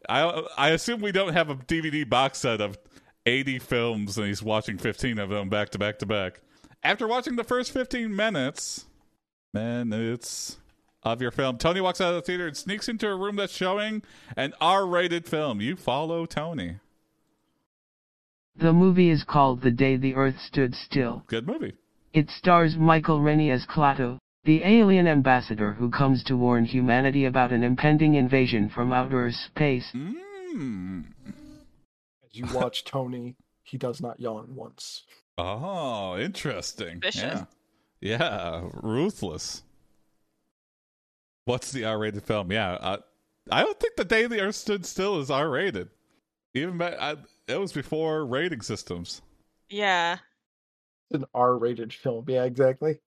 I I assume we don't have a DVD box set of 80 films and he's watching 15 of them back to back to back. After watching the first 15 minutes, minutes of your film. Tony walks out of the theater and sneaks into a room that's showing an R rated film. You follow Tony. The movie is called The Day the Earth Stood Still. Good movie. It stars Michael Rennie as Klaatu, the alien ambassador who comes to warn humanity about an impending invasion from outer space. Mmm. As you watch Tony, he does not yawn once. Oh, interesting. Vicious. Yeah. yeah, ruthless. What's the R rated film? Yeah, I, I don't think The Day the Earth Stood Still is R rated. Even back, I, it was before rating systems. Yeah. It's an R-rated film. Yeah, exactly.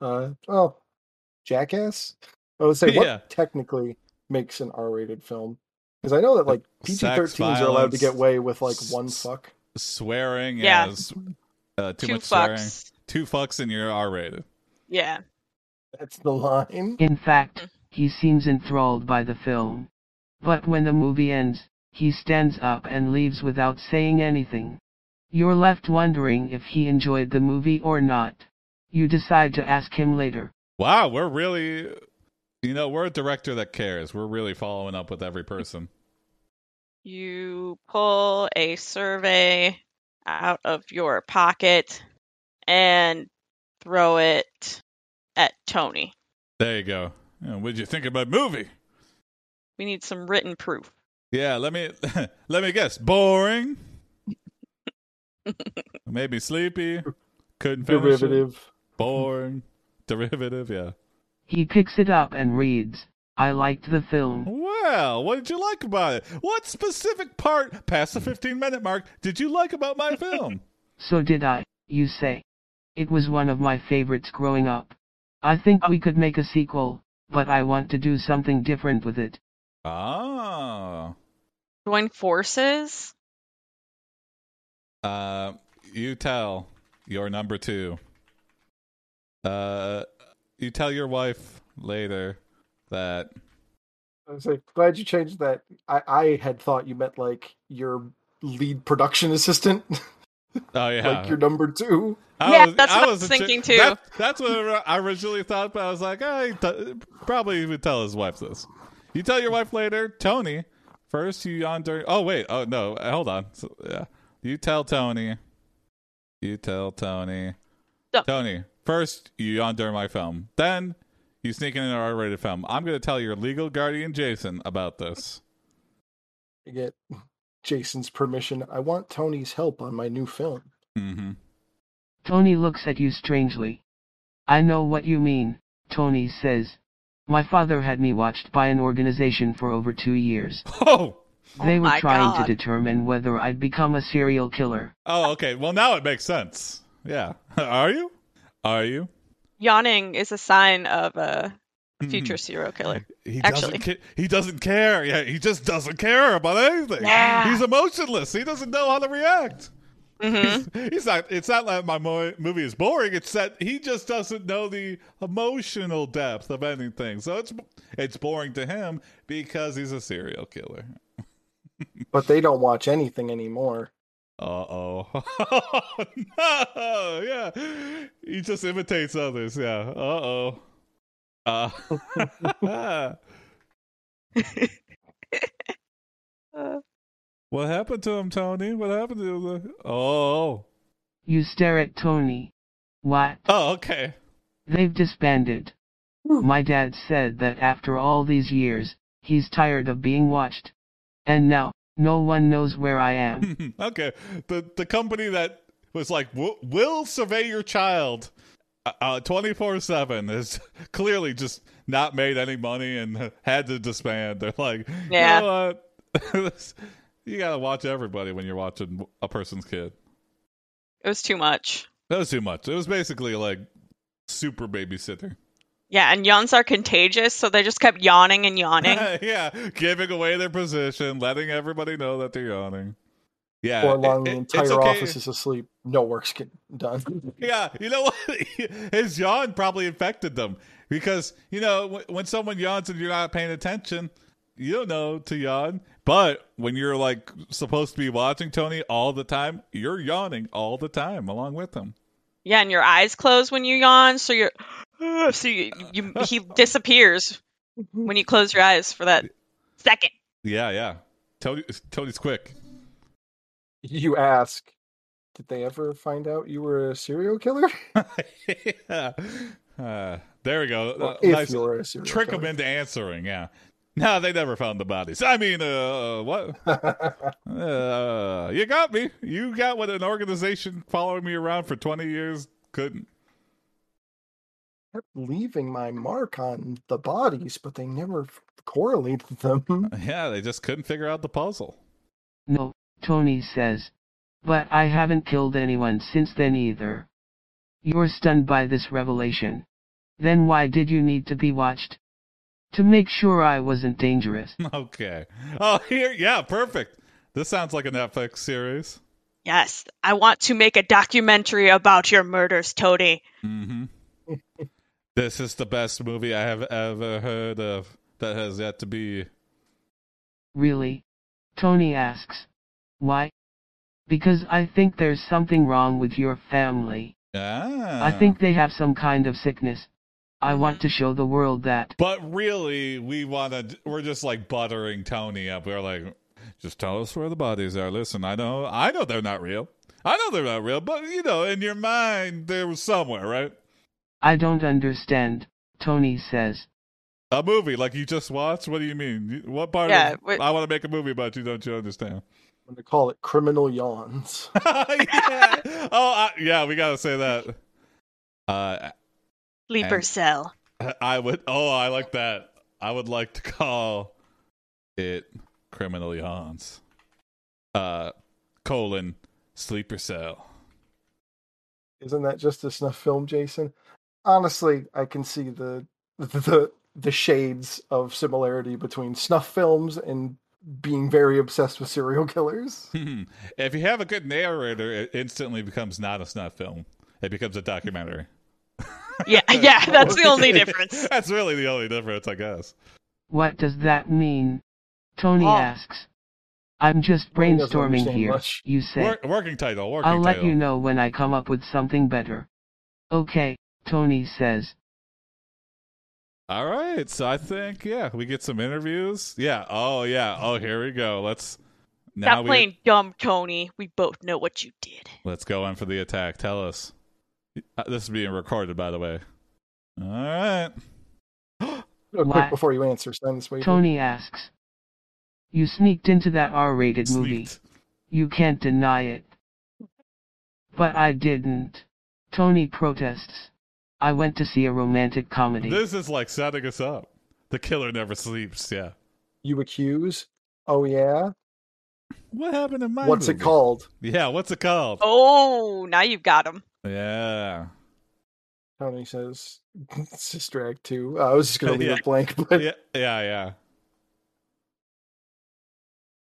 Uh, oh, Jackass. I would say what Yeah. technically makes an R-rated film because I know that like Sex, PG-13s are allowed to get violence, away with like one s- fuck. Swearing, Yeah. is, uh, too two much swearing. fucks. Two fucks and you're R rated. Yeah. That's the line. In fact, he seems enthralled by the film. But when the movie ends, he stands up and leaves without saying anything. You're left wondering if he enjoyed the movie or not. You decide to ask him later. Wow, we're really, you know, we're a director that cares. We're really following up with every person. You pull a survey out of your pocket and throw it at Tony. There you go. Yeah, what'd you think about movie? We need some written proof. Yeah, let me let me guess. Boring. Maybe sleepy. Couldn't finish it. Derivative. Boring. Derivative. Yeah. He picks it up and reads, I liked the film. Well, what did you like about it? What specific part past the fifteen-minute mark did you like about my film? So did I, you say. It was one of my favorites growing up. I think we could make a sequel, but I want to do something different with it. ah. Join forces? Uh, you tell your number two. Uh, you tell your wife later that I was like, glad you changed that. I I had thought you meant like your lead production assistant, oh yeah, like your number two. I Yeah, that's what I was a chi- thinking, too. that- that's what I originally thought, but I was like, I t- probably would tell his wife this. You tell your wife later, Tony. First, you yawn during. Oh wait, oh no, hold on. So, yeah, you tell Tony. You tell Tony. Duh. Tony, first you yawn during my film. Then you sneak in an R-rated film. I'm going to tell your legal guardian Jason about this. I get Jason's permission. I want Tony's help on my new film. Mm-hmm. Tony looks at you strangely. I know what you mean, Tony says. My father had me watched by an organization for over two years. Oh, Oh They were my trying God. to determine whether I'd become a serial killer. oh, okay. Well, now it makes sense. Yeah. Are you? Are you? Yawning is a sign of a future Mhm. serial killer. He Actually. doesn't. Ca- he doesn't care. Yeah, he just doesn't care about anything. Yeah. He's emotionless. He doesn't know how to react. hmm He's not. It's not that my mo- movie is boring. It's that he just doesn't know the emotional depth of anything. So it's it's boring to him because he's a serial killer. But they don't watch anything anymore. Uh oh. no. Yeah. He just imitates others. Yeah. Uh-oh. Uh Uh, What happened to him, Tony? What happened to him? Oh. You stare at Tony. What? Oh, okay. They've disbanded. My dad said that after all these years, he's tired of being watched. And now, no one knows where I am. okay. The the company that was like "We'll- we'll survey your child uh 24 7 is clearly just not made any money and had to disband they're like Yeah. you, know what? you gotta watch everybody when you're watching a person's kid It was too much. that was too much it was basically like super babysitter Yeah, and yawns are contagious, so they just kept yawning and yawning. yeah giving away their position letting everybody know that they're yawning yeah Or it- long the it- it's entire okay. office is asleep. No work's getting done. Yeah, you know what? His yawn probably infected them because you know w- when someone yawns and you're not paying attention, you don't know to yawn. But when you're like supposed to be watching Tony all the time, you're yawning all the time along with him. Yeah, and your eyes close when you yawn, so you're so you, you he disappears when you close your eyes for that second. Yeah, yeah. Tony, Tony's quick. You ask, did they ever find out you were a serial killer? yeah. Uh, there we go. Well, Uh, if nice. you were a serial Trick killer. him into answering. Yeah. No, they never found the bodies. I mean, uh, what? Uh, you got me. You got what an organization following me around for 20 years couldn't. kept leaving my mark on the bodies, but they never f- correlated them. Yeah, they just couldn't figure out the puzzle. No, Tony says. But I haven't killed anyone since then either. You're stunned by this revelation. Then why did you need to be watched? To make sure I wasn't dangerous. Okay. Oh, here. Yeah, perfect. This sounds like a Netflix series. Yes, I want to make a documentary about your murders, Toady. Mm-hmm. this is the best movie I have ever heard of that has yet to be. Really? Tony asks. Why? Because I think there's something wrong with your family. Ah. I think they have some kind of sickness. I want to show the world that. But really, we want to. We're just like buttering Tony up. We're like, just tell us where the bodies are. Listen, I know, I know they're not real. I know they're not real, but you know, in your mind, they were somewhere, right? I don't understand, Tony says. A movie like you just watched. What do you mean? You- What part? Yeah, of, what- I want to make a movie about you. Don't you understand? I'm going to call it criminal yawns. yeah. Oh, I, yeah. We gotta say that. Uh, Sleeper And- cell. I would. Oh, I like that. I would like to call it criminal yawns. Uh, colon sleeper cell. Isn't that just a snuff film, Jason? Honestly, I can see the the the shades of similarity between snuff films and being very obsessed with serial killers. Hmm. if you have a good narrator, it instantly becomes not a snuff film. It becomes a documentary. Yeah, yeah, that's the only difference. That's really the only difference, I guess. What does that mean? Tony Oh. asks. I'm just Tony doesn't brainstorming understand here, much. you say. Wor- working title. Working I'll let title. you know when I come up with something better. Okay, Tony says. All right. So I think yeah, we get some interviews. Yeah. Oh yeah. Oh here we go. Let's now Stop we playing dumb, Tony. We both know what you did. Let's go in for the attack. Tell us. Uh, This is being recorded, by the way. All right. Real quick Why? before you answer, sign this waiver. Tony asks. You sneaked into that R rated movie. Sneaked. You can't deny it. But I didn't. Tony protests. I went to see a romantic comedy. This is like setting us up. The killer never sleeps. Yeah. You accuse? Oh yeah. What happened in my? What's it movie? called? Yeah. What's it called? Oh, now you've got him. Yeah. Tony says, "It's just drag two. Uh, I was just gonna leave Yeah. it blank, but Yeah. Yeah. Yeah.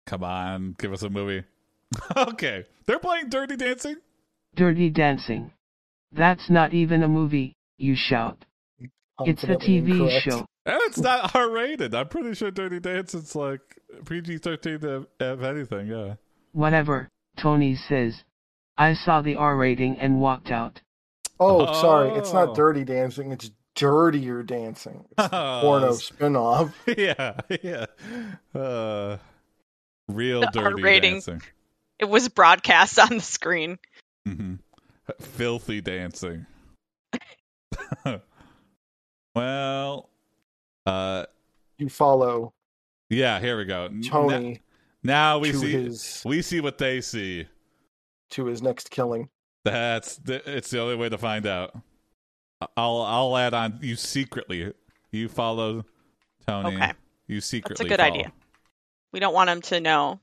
Come on, give us a movie. okay, they're playing Dirty Dancing. Dirty Dancing. That's not even a movie, you shout. It's a confidently TV incorrect. show. And it's not R rated. I'm pretty sure Dirty Dancing's like PG 13 if, if anything. Yeah. Whatever, Tony says. I saw the R rating and walked out. Oh, sorry, it's Oh. not dirty dancing. It's dirtier dancing. It's the porno Oh. spinoff. yeah, yeah. Uh, real The dirty R-rating. dancing, It was broadcast on the Mm-hmm. screen. hmm filthy dancing. Well, uh, You follow yeah, here we go. N- Tony n- now we to see his we see what they see. to his next killing. That's th- it's the only way to find out. I- I'll I'll add on. You secretly you follow Tony. Okay. You secretly. good follow. idea. We don't want him to know.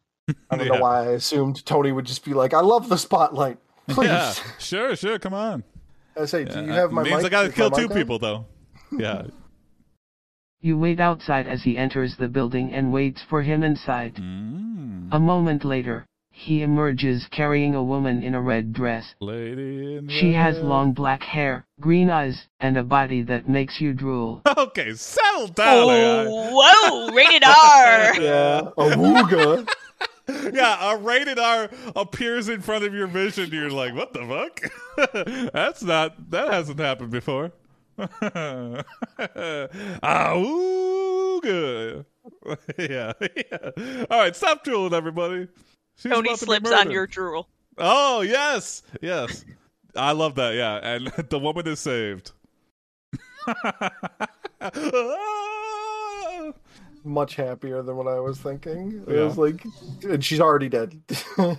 I don't Yeah. know why I assumed Tony would just be like, "I love the spotlight." Please, Yeah, sure, sure. Come on. I say, do Yeah, you have my means mic? I gotta Is my kill two mic on? people though. Yeah. You wait outside as he enters the building and waits for him inside. Mm. A moment later, he emerges carrying a woman in a red dress. Lady in She has red. long black hair, green eyes, and a body that makes you drool. Okay, settle down. AI. Oh, whoa! Rated R. Yeah, a wooga. Yeah, a rated R appears in front of your vision. You're like, what the fuck? That's not. That hasn't happened before. Auga. yeah, yeah. All right, stop drooling, everybody. She's Tony about to be slips on murdered. your drool. Oh yes, yes. I love that. Yeah, and the woman is saved. Much happier than what I was thinking. It Yeah. was like, and she's already dead.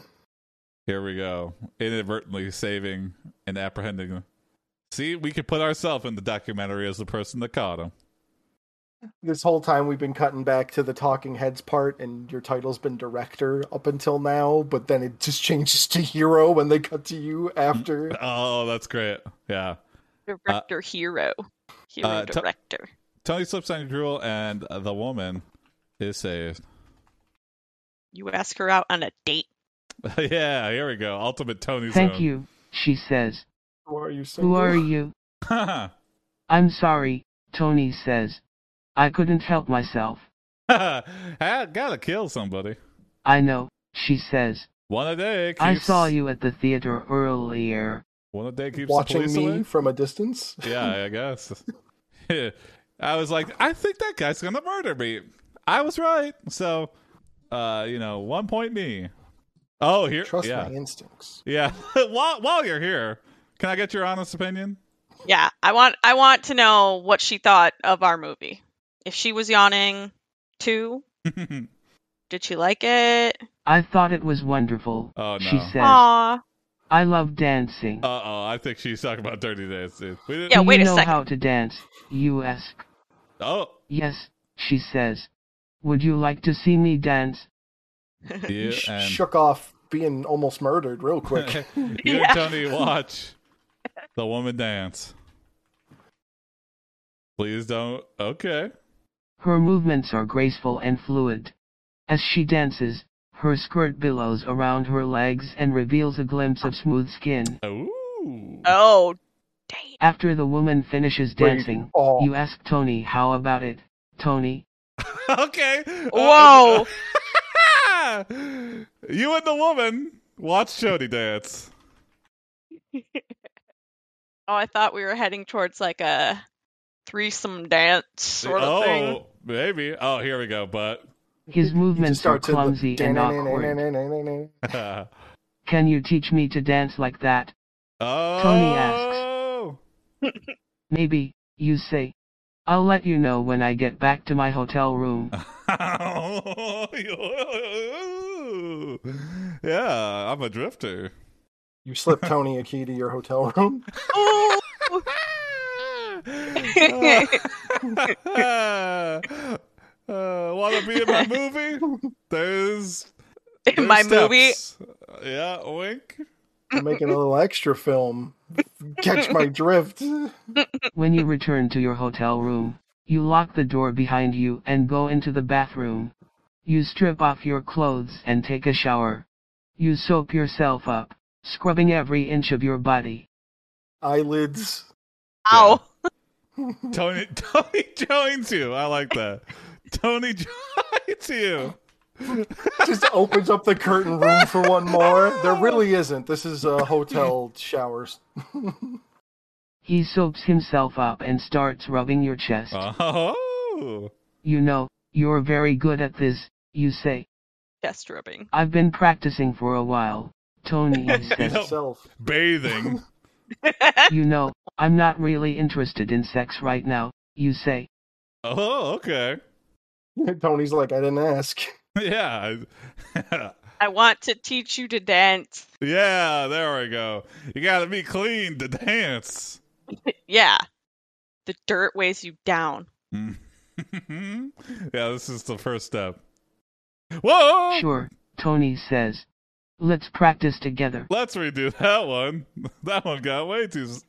Here we go. Inadvertently saving and apprehending them. See, we could put ourselves in the documentary as the person that caught him. this whole time we've been cutting back to the talking heads part, and your title's been director up until now, but then it just changes to hero when they cut to you after. Oh, that's great. Yeah. Director hero. Hero uh, t- director. Tony slips on your drool, and the woman is saved. You ask her out on a date. yeah, here we go. Ultimate Tony Thank you, she says. Who are you? Single? Who are you? I'm sorry, Tony says. I couldn't help myself. I gotta kill somebody. I know, she says. One a day. Keeps, I saw you at the theater earlier. One a day keeps the watching police me away. from a distance? Yeah, I guess. I was like, I think that guy's gonna murder me. I was right. So, uh, you know, one point me. Oh, here, Trust yeah, my instincts. yeah. while while you're here, can I get your honest opinion? Yeah, I want I want to know what she thought of our movie. If she was yawning too, did she like it? I thought it was wonderful, Oh, she no. says. Aw. I love dancing. uh oh, I think she's talking about Dirty Days. dude. We didn't- Yeah, Do wait you a know second. how to dance? You ask. Oh, Yes, she says. Would you like to see me dance? you Sh- and shook off being almost murdered real quick. you Yeah. and Tony watch the woman dance. Please don't. Okay. Her movements are graceful and fluid. As she dances, her skirt billows around her legs and reveals a glimpse of smooth skin. Ooh. Oh, dang. After the woman finishes Wait, dancing, oh. you ask Tony how about it. Tony, okay. Uh, Whoa. uh, you and the woman watch Jody dance. Oh, I thought we were heading towards like a threesome dance sort of oh, thing. maybe. Oh, here we go. But his movements are Start to the- clumsy and awkward. oh, Can you teach me to dance like that? Tony Maybe, you say. I'll let you know when I get back to my hotel room. asks. yeah, I'm a drifter. You slip Tony a key to your hotel room. oh. Ooh. uh, Want to be in my movie? There's In my movie, movie. Yeah, wink. I'm making a little extra film. Catch my drift. When you return to your hotel room, you lock the door behind you and go into the bathroom. You strip off your clothes and take a shower. You soak yourself up, scrubbing every inch of your body. Eyelids. ow. Tony Tony joins you. I like that. Tony joins you. Just opens up the curtain room for one more. There really isn't. This is a hotel showers. He soaks himself up and starts rubbing your chest. Oh. You know, you're very good at this, you say. Chest rubbing. I've been practicing for a while, Tony says. Yep. Self. Bathing. You know, I'm not really interested in sex right now, you say. Oh, okay. Tony's like, I didn't ask. Yeah. I want to teach you to dance. yeah, there we go. You gotta be clean to dance. Yeah. The dirt weighs you down. yeah, this is the first step. Whoa! Sure, Tony says. Let's practice together. Let's redo that one. That one got way too. s-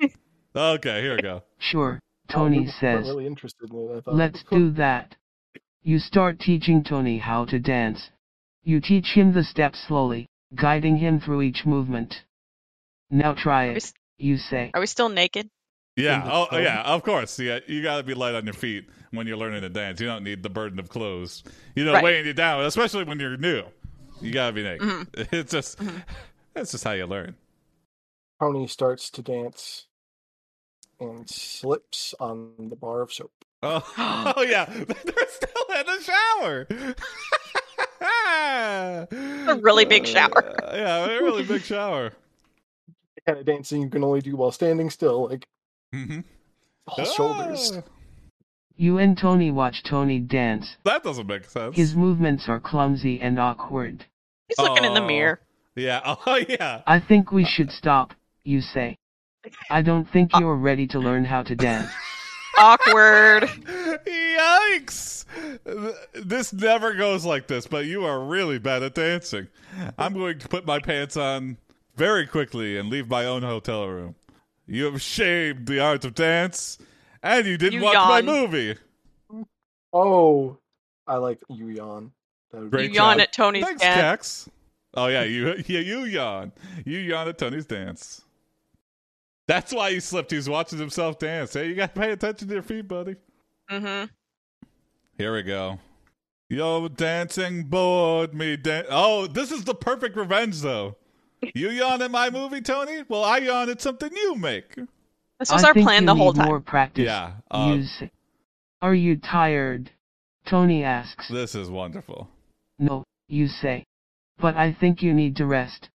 Okay, here we go. Sure, People Tony weren't says. really interested in it, I thought. Let's do that. You start teaching Tony how to dance. You teach him the steps slowly, guiding him through each movement. Now try Are we, it, s- you say. are we still naked? Yeah, In the oh tub. yeah, of course. Yeah, you gotta be light on your feet when you're learning to dance. You don't need the burden of clothes. You know, Right. weighing you down, especially when you're new. You gotta be naked. Mhm. It's just that's just how you learn. Tony starts to dance and slips on the bar of soap. Oh, oh yeah, they're still in the shower. a really big shower. yeah, a really big shower. The kind of dancing you can only do while standing still, like hmm all Ah, shoulders. You and Tony watch Tony dance. That doesn't make sense. His movements are clumsy and awkward. He's looking in the Oh. mirror. Yeah. Oh yeah. I think we should stop, you say. I don't think Uh, you're ready to learn how to dance. Awkward. Yikes! Th- This never goes like this, but you are really bad at dancing. I'm going to put my pants on very quickly and leave my own hotel room. You have shamed the art of dance, and you didn't You watch my yawn. movie. Oh, I like you yawn. That would be- Great you yawn job. at Tony's Thanks, dance. Cax. Oh yeah, you yeah you yawn. You yawn at Tony's dance. That's why you slipped. He's watching himself dance. Hey, you got to pay attention to your feet, buddy. Mm-hmm. Here we go. Yo, dancing bored me. Dan- oh, this is the perfect revenge, though. You yawn at my movie, Tony? Well, I yawn at something you make. This was I our think plan you the whole need time. More practice. Yeah, uh, you say. Are you tired? Tony asks. This is wonderful. No, you say. But I think you need to rest.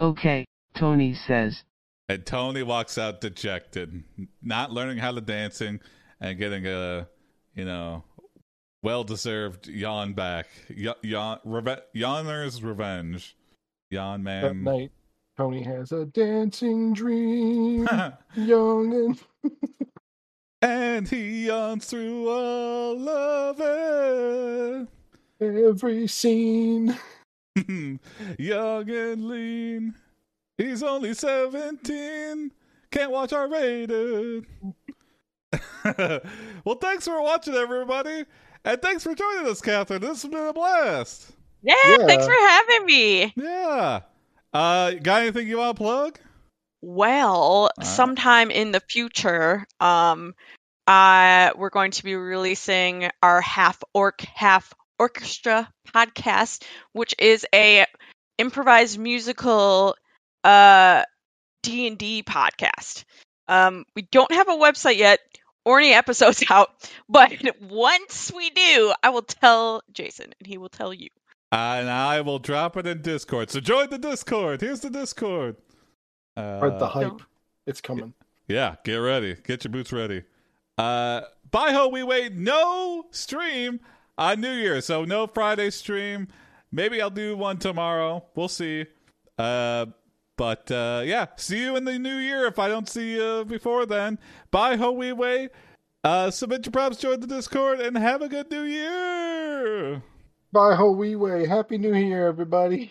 Okay, Tony says. And Tony walks out dejected, not learning how to dancing and getting a, you know, well deserved yawn back. Y- yawn, reve- yawner's revenge. Yawn that man. night. Tony has a dancing dream, young and and he yawns through all of it. every scene. Young and lean. He's only 17. Can't watch our rated. well, thanks for watching, everybody. And thanks for joining us, Catherine. This has been a blast. Yeah, thanks Yeah. for having me. Yeah. Uh, got anything you want to plug? Well, Uh. sometime in the future, um, uh, we're going to be releasing our half orc, half orchestra podcast, which is a improvised musical uh D and D podcast. Um, we don't have a website yet or any episodes out, but once we do, I will tell Jason and he will tell you. and I will drop it in Discord. So join the Discord. Here's the Discord. Uh, Spread the hype. no. It's coming. Yeah, get ready. Get your boots ready. Uh bye ho, we wait no stream on New Year. So no Friday stream. Maybe I'll do one tomorrow. We'll see. Uh but uh yeah, see you in the new year if I don't see you before then. Bye ho we wait. Uh submit your props, join the Discord, and have a good new year. Bye, Ho Wee Way. Happy New Year, everybody.